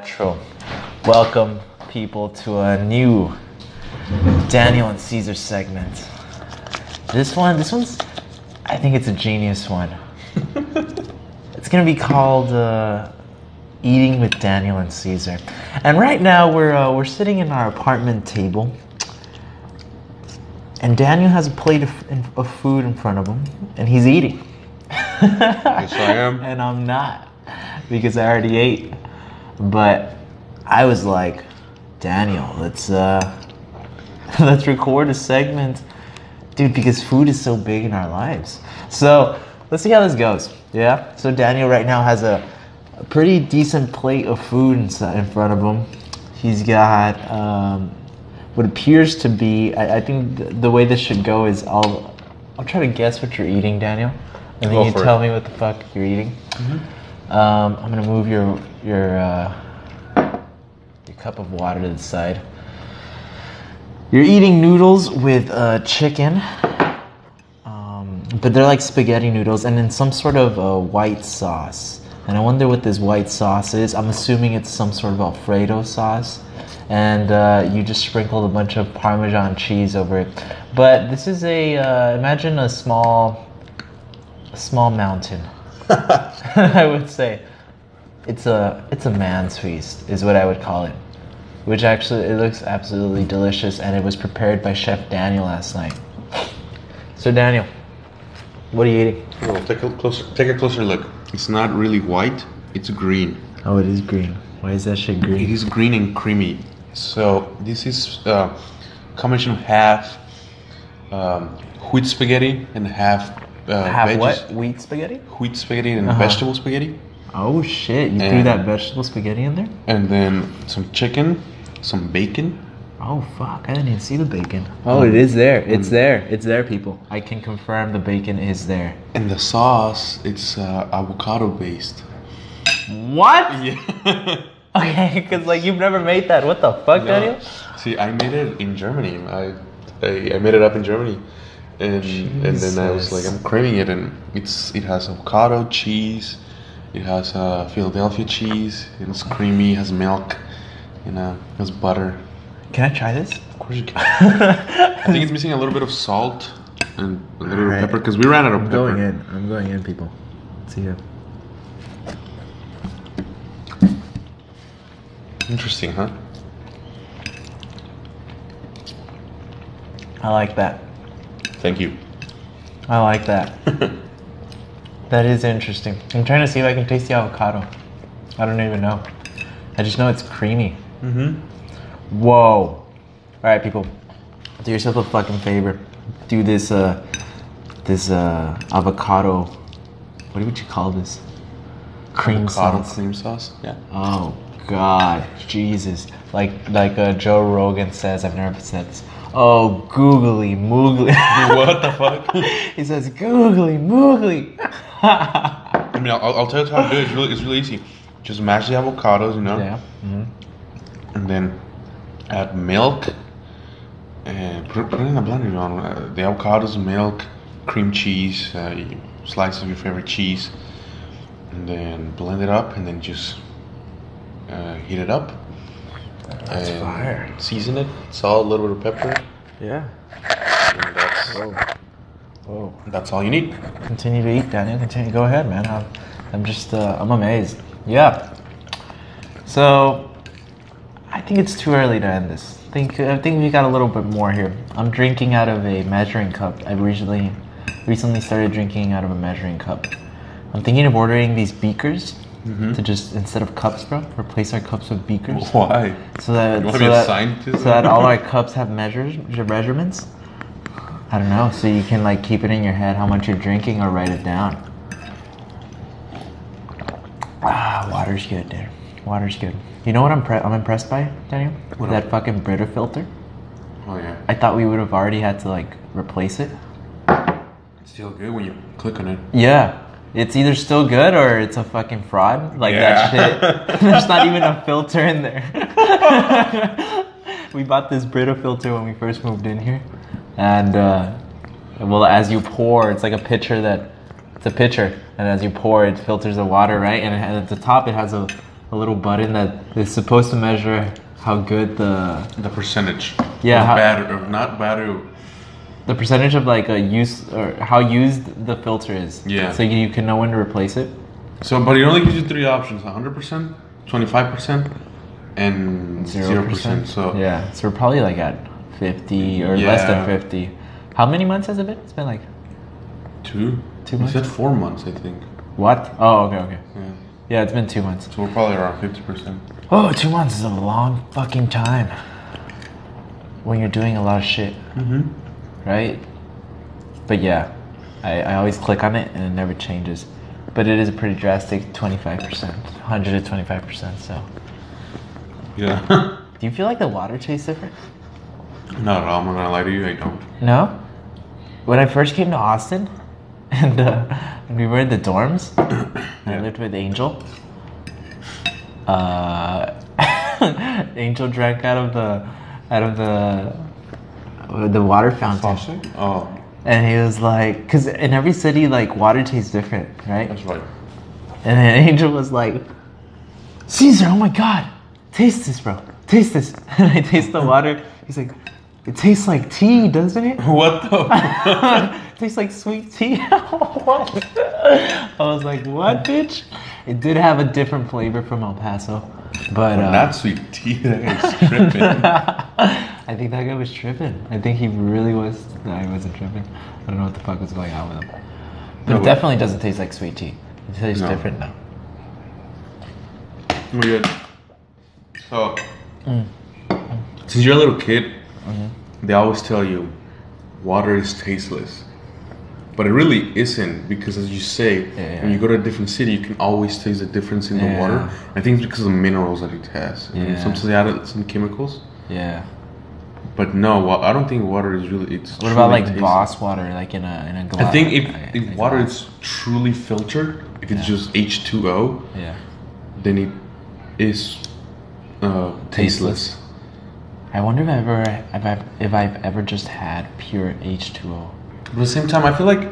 Metro. Welcome, people, to a new Daniel and Caesar segment. This one, this one's, I think it's a genius one. it's gonna be called uh, "Eating with Daniel and Caesar," and right now we're uh, we're sitting in our apartment table, and Daniel has a plate of, in- of food in front of him, and he's eating. yes, I am. And I'm not because I already ate. But I was like, Daniel, let's uh, let's record a segment, dude, because food is so big in our lives. So let's see how this goes. Yeah. So Daniel right now has a, a pretty decent plate of food in, in front of him. He's got um, what appears to be. I, I think th- the way this should go is I'll I'll try to guess what you're eating, Daniel, and Go then you for it. Mm-hmm. tell me what the fuck you're eating. Um, I'm gonna move your your uh, your cup of water to the side. You're eating noodles with uh, chicken, um, but they're like spaghetti noodles, and in some sort of uh, white sauce. And I wonder what this white sauce is. I'm assuming it's some sort of Alfredo sauce, and uh, you just sprinkled a bunch of Parmesan cheese over it. But this is a uh, imagine a small, a small mountain. I would say it's a it's a man's feast is what I would call it, which actually it looks absolutely delicious and it was prepared by Chef Daniel last night. So Daniel, what are you eating? Well, take a closer take a closer look. It's not really white, it's green. Oh, it is green. Why is that shit It green? is green and creamy. So this is uh, combination of half um, wheat spaghetti and half uh, Have veggies- what? Wheat spaghetti? Wheat spaghetti and vegetable spaghetti, Oh shit! You threw And- that vegetable spaghetti in there? and then some chicken, some bacon. Oh fuck! I didn't even see the bacon. Oh, it is there. It's there. It's there, people. I can confirm the bacon is there. And the sauce, it's uh, avocado based. What? Yeah. Okay, because like you've never made that. What the fuck, Daniel? See, I made it in Germany. I, I, I made it up in Germany, and and then I was like, Jesus. I'm craving it, and it's it has avocado cheese, it has uh, Philadelphia cheese, and it's creamy, has milk, and uh, has butter. Can I try this? Of course you can. I think it's missing a little bit of salt and a little bit Alright. of pepper because we ran out of I'm pepper. going in. I'm going in, people. Let's see here. Interesting, huh? I like that. Thank you. I like that. that is interesting. I'm trying to see if I can taste the avocado. I don't even know. I just know it's creamy. Mm-hmm. Whoa. Alright people. Do yourself a fucking favor. Do this uh this uh avocado what would you call this? Cream Avocado sauce. cream sauce. Yeah. Oh God, Jesus! Like like uh, Joe Rogan says, I've never said this. Oh, googly moogly. what the fuck? he says googly moogly. I mean, I'll, I'll tell you how to do it. It's really, it's really easy. Just mash the avocados, you know, yeah. mhm. and then add milk. And put, put it in a blender, you know. uh, The avocados, milk, cream cheese, uh, you- slice of your favorite cheese, and then blend it up, and then just uh, heat it up. That's fire. Season it, salt, a little bit of pepper, Yeah. and that's, Oh. Whoa. that's all you need. Continue to eat, Daniel. Continue. Go ahead, man. I'm, I'm just uh, I'm amazed. Yeah. So, I think it's too early to end this. I think I think we got a little bit more here. I'm drinking out of a measuring cup. I recently recently started drinking out of a measuring cup. I'm thinking of ordering these beakers to just instead of cups, bro, replace our cups with beakers. Why? So that, You wanna so, be a that scientist? so that all our cups have measures, measurements. I don't know. So you can like keep it in your head how much you're drinking or write it down. Ah, water's good, dude. Water's good. You know what I'm pre- I'm impressed by, Daniel? What that up? fucking Brita filter. Oh yeah, I thought we would have already had to like replace it. it's still good when you click on it. Yeah. It's either still good or it's a fucking fraud. Like that Yeah. shit. There's not even a filter in there. we bought this Brita filter when we first moved in here. And uh, well as you pour, it's like a pitcher that it's a pitcher and as you pour it filters the water, right? And it- and at the top it has a, a a little button that is supposed to measure how good the The percentage. Yeah, Of how- batter, of not uh, batter. the percentage of like a use or how used the filter is. Yeah. So you can know when to replace it. So, but it only gives you three options: 100%, 25%, and 0%. So, yeah, so we're probably like at fifty or less than Yeah. fifty. How many months has it been? It's been like two. Two You months? said four months, I think. what? Oh, okay, okay. Yeah. Yeah, it's been two months. So we're probably around 50%. Oh, two months is a long fucking time when you're doing a lot of shit, Mm-hmm. right? But yeah, I, I always click on it and it never changes. But it is a pretty drastic 25%, 100 to 25%. So, Yeah. do you feel like the water tastes different? Not at all. I'm not gonna lie to you. I don't. No. When I first came to Austin, and uh, when we were in the dorms, I Yeah. lived with Angel. Uh, Angel drank out of the out of the the water fountain, Faucet? Oh, and he was like, "Cause in every city, like water tastes different, right?" that's right. And then Angel was like, Caesar, oh my god, taste this, bro, taste this. And I taste the water. He's like, it tastes like tea, doesn't it? What the? tastes like sweet tea. what? I was like, what, bitch? It did have a different flavor from El Paso, but uh, Not sweet tea. That is tripping. I think that guy was tripping. I think he really was. No, he wasn't tripping. I don't know what the fuck was going on with him. But No, it but- definitely doesn't taste like sweet tea. It tastes No. different now. Weird. So, Mm. since you're a little kid, they always tell you water is tasteless. But it really isn't because, as you say, Yeah, when yeah. you go to a different city, you can always taste the difference in the water. I think it's because of the minerals that it has. And Yeah. sometimes they added some chemicals. Yeah. But no, wa- I don't think water is really. It's What about truly like tasteless. boss water, like in a in a glass? I think if, like, if like water glass? is truly filtered, if it's just H2O, yeah, then it is uh, tasteless. I wonder if I ever if I've, if I've ever just had pure H two O. But at the same time, I feel like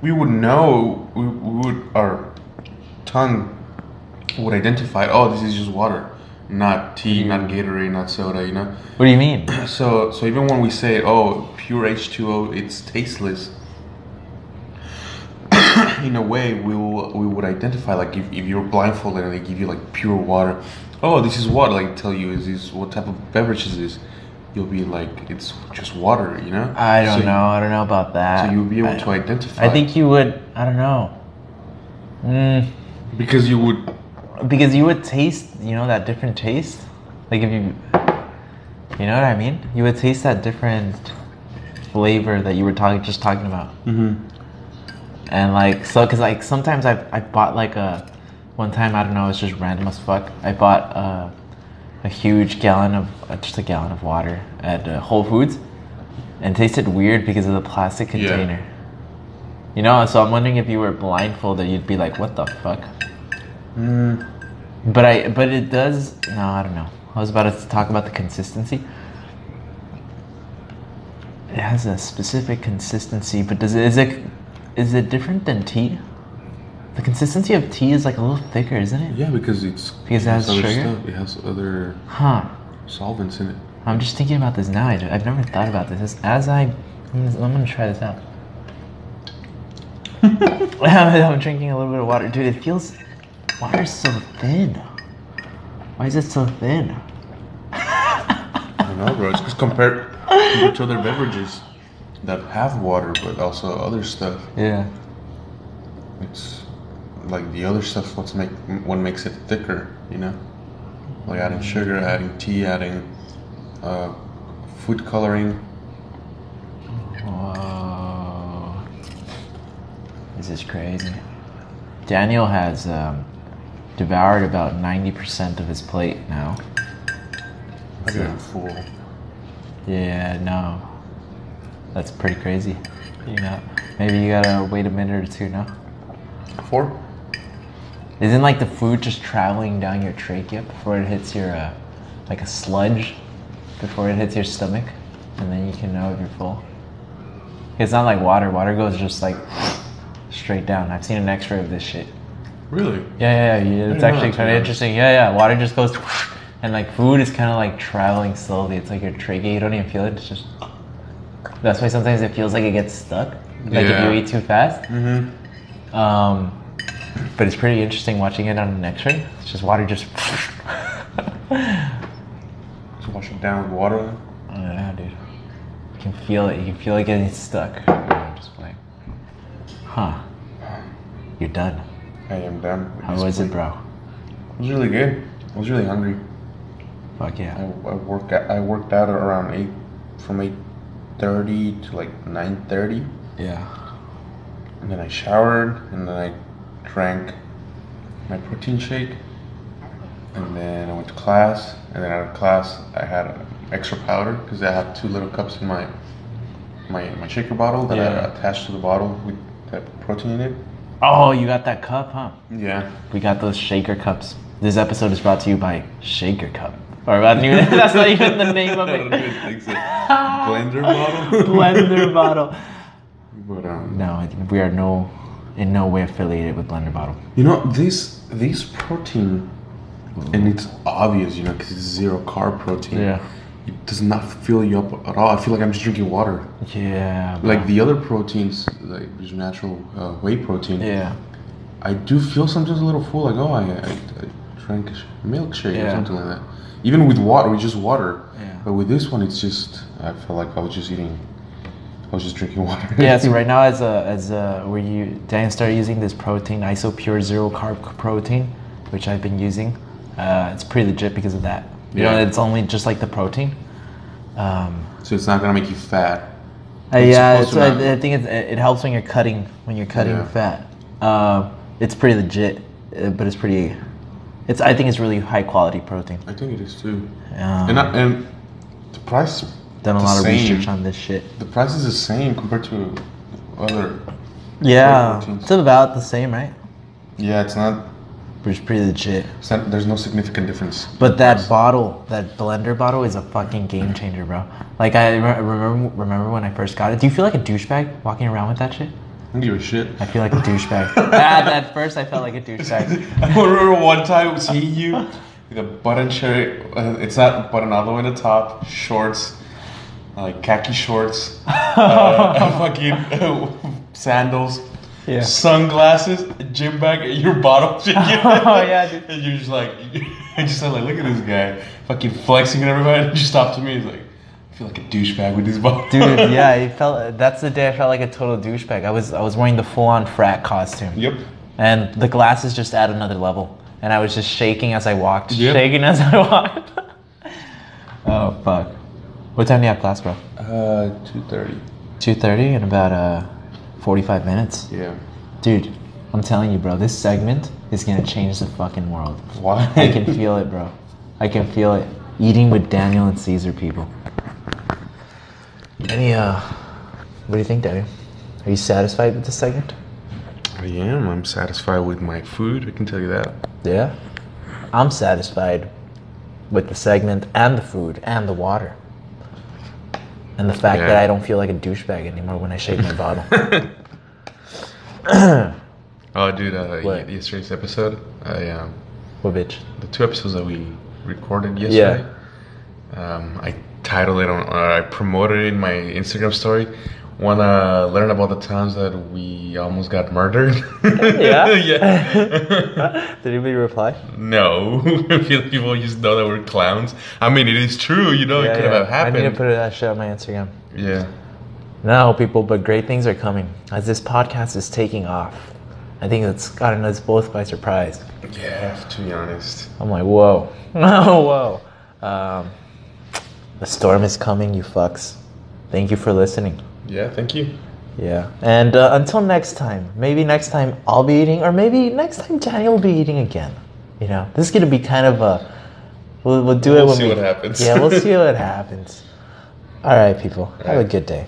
we would know, we, we would, our tongue would identify, oh, this is just water, not Mm-hmm. tea, not Gatorade, not soda, you know? What do you mean? So, so even when we say, oh, pure H2O, it's tasteless, in a way, we will, we would identify, like, if, if you're blindfolded and they give you, like, pure water, oh, this is water, like, tell you, is this, what type of beverage is this? You'll be like, it's just water, you know? I don't So- know. I don't know about that. So you'll be able I, to identify. I think you would. I don't know. Mm, because you would. because you would taste, you know, that different taste. Like if you, you know what I mean. You would taste that different flavor that you were talking just talking about. And like so, cause like sometimes I I bought like a, one time I don't know it's just random as fuck. I bought a, a huge gallon of uh, just a gallon of water at uh, Whole Foods, and tasted weird because of the plastic Yeah. container. You know, so I'm wondering if you were blindfolded, you'd be like, "What the fuck?" But I but it does. No, I don't know. I was about to talk about the consistency. It has a specific consistency, but does it is it is it different than tea? The consistency of tea is like a little thicker, isn't it? Yeah, because it's Because it has other sugar? stuff. It has other Huh. solvents in it. I'm just thinking about this now. I, have never thought about this. As, as I, I'm gonna, I'm gonna try this out. I'm drinking a little bit of water, dude. It feels water is so thin. Why is it so thin? I don't know, bro. It's just compared, compared to other beverages that have water, but also other stuff. Yeah. It's like the other stuff's what's make what makes it thicker. You know, like adding sugar, adding tea, adding uh, food coloring. Whoa. This is crazy. Daniel has um, devoured about 90% of his plate now. I feel full. Yeah, no. That's pretty crazy. You know, maybe you gotta wait a minute or two now. Four. Isn't like the food just traveling down your trachea before it hits your, uh, like a sludge before it hits your stomach? And then you can know if you're full. It's not like water. Water goes just like straight down. I've seen an x ray of this shit. Really? Yeah, yeah, yeah. It's know actually kind that, to be of honest. interesting. Yeah, yeah. Water just goes, and like food is kind of like traveling slowly. It's like your trachea. You don't even feel it. It's just. That's why sometimes it feels like it gets stuck. Like if Yeah. you eat too fast. Mm-hmm. Um, but it's pretty interesting watching it on an X-ray. It's just water just. Just wash it down with water. yeah, dude. You can feel it. You can feel it getting stuck. I'm Just like, huh? You're done. I am done. with How this was it, plate. bro? It was really good. I was really hungry. Fuck I, yeah. I worked out, I worked out around eight, from eight thirty to like nine thirty, Yeah. and then I showered, and then I drank my protein shake, and then I went to class, and then out of class I had extra powder because I have two little cups in my my my shaker bottle that Yeah. I attached to the bottle with that protein in it. Oh, you got that cup, huh? Yeah. We got those shaker cups. This episode is brought to you by Shaker Cup. Or I don't even- that's not even the name of I don't it. even think so. Blender bottle. Blender bottle. But um, No, it- we are no, in no way affiliated with Blender Bottle. You know these these protein, and it's obvious, you know, because it's zero carb protein. Yeah. It does not fill you up at all. I feel like I'm just drinking water. Yeah. bro. Like the other proteins, like just natural uh, whey protein. Yeah. I do feel sometimes a little full. Like oh, I I, I drank a sh- milkshake or Yeah. something like that. Even with water, with just water. Yeah. But with this one, it's just I feel like I was just eating. I was just drinking water. Yeah. So right now, as a as a where you Dan started using this protein isopure zero carb c- protein, which I've been using. Uh, it's pretty legit because of that. You know, Yeah. it's only just like the protein. Um, so it's not gonna make you fat. Uh, It's yeah, supposed so to I, not- I think it's, it helps when you're cutting when you're cutting Yeah. fat. Uh, it's pretty legit, uh, but it's pretty. It's I think it's really high quality protein. I think it is too. Um, And, I, and the price. done a the lot of same. research on this shit. The price is the same compared to other. Yeah, proteins. it's about the same, right? Yeah, it's not. But it's pretty legit. It's not there's no significant difference. But that bottle, that blender bottle, is a fucking game changer, bro. Like I re- remember remember when I first got it. Do you feel like a douchebag walking around with that shit? I don't give a shit. I feel like a douchebag. at, at first, I felt like a douchebag. I remember one time seeing you with a button shirt. uh, It's not button all the way to the top. Shorts, like khaki shorts, uh, fucking sandals. Yeah. Sunglasses, gym bag, and your bottle. Oh, yeah, dude. And you're just like, I just said like, look at this guy, fucking flexing and everybody. And he just stopped to me. He's like, I feel like a douchebag with this bottle. Dude, yeah, it felt. That's the day I felt like a total douchebag. I was I was wearing the full-on frat costume. Yep. And the glasses just at another level, and I was just shaking as I walked, Yep. shaking as I walked. oh fuck! What time do you have class, bro? Uh, two thirty. Two thirty in about uh, forty-five minutes. Yeah. Dude, I'm telling you, bro, this segment is gonna change the fucking world. Why? I can feel it, bro. I can feel it. Eating with Daniel and Caesar, people. Any, uh, what do you think, Daniel? Are you satisfied with this segment? I am. I'm satisfied with my food. I can tell you that. Yeah. I'm satisfied with the segment and the food and the water. And the fact that Yeah. I don't feel like a douchebag anymore when I shake my bottle. Oh, dude. Uh, What? y- yesterday's episode. I um, What bitch? the two episodes that we recorded yesterday. Um, I titled it on. Uh, I promoted it in my Instagram story. Wanna learn about the times that we almost got murdered? Yeah? yeah. Did anybody reply? No, I feel like people just know that we're clowns. I mean, it is true, you know, it could have happened. I need to put that shit on my Instagram. yeah, No, people, but great things are coming as this podcast is taking off. I think it's gotten us both by surprise. yeah. To be honest, I'm like, whoa, whoa. Um, the storm is coming, you fucks. Thank you for listening. yeah. Thank you. Yeah. And uh, until next time, maybe next time I'll be eating, or maybe next time Daniel will be eating again. You know, this is gonna be kind of a. We'll, we'll do it We'll when see we, what happens. Yeah, we'll see what happens. All right, people. Have a good day.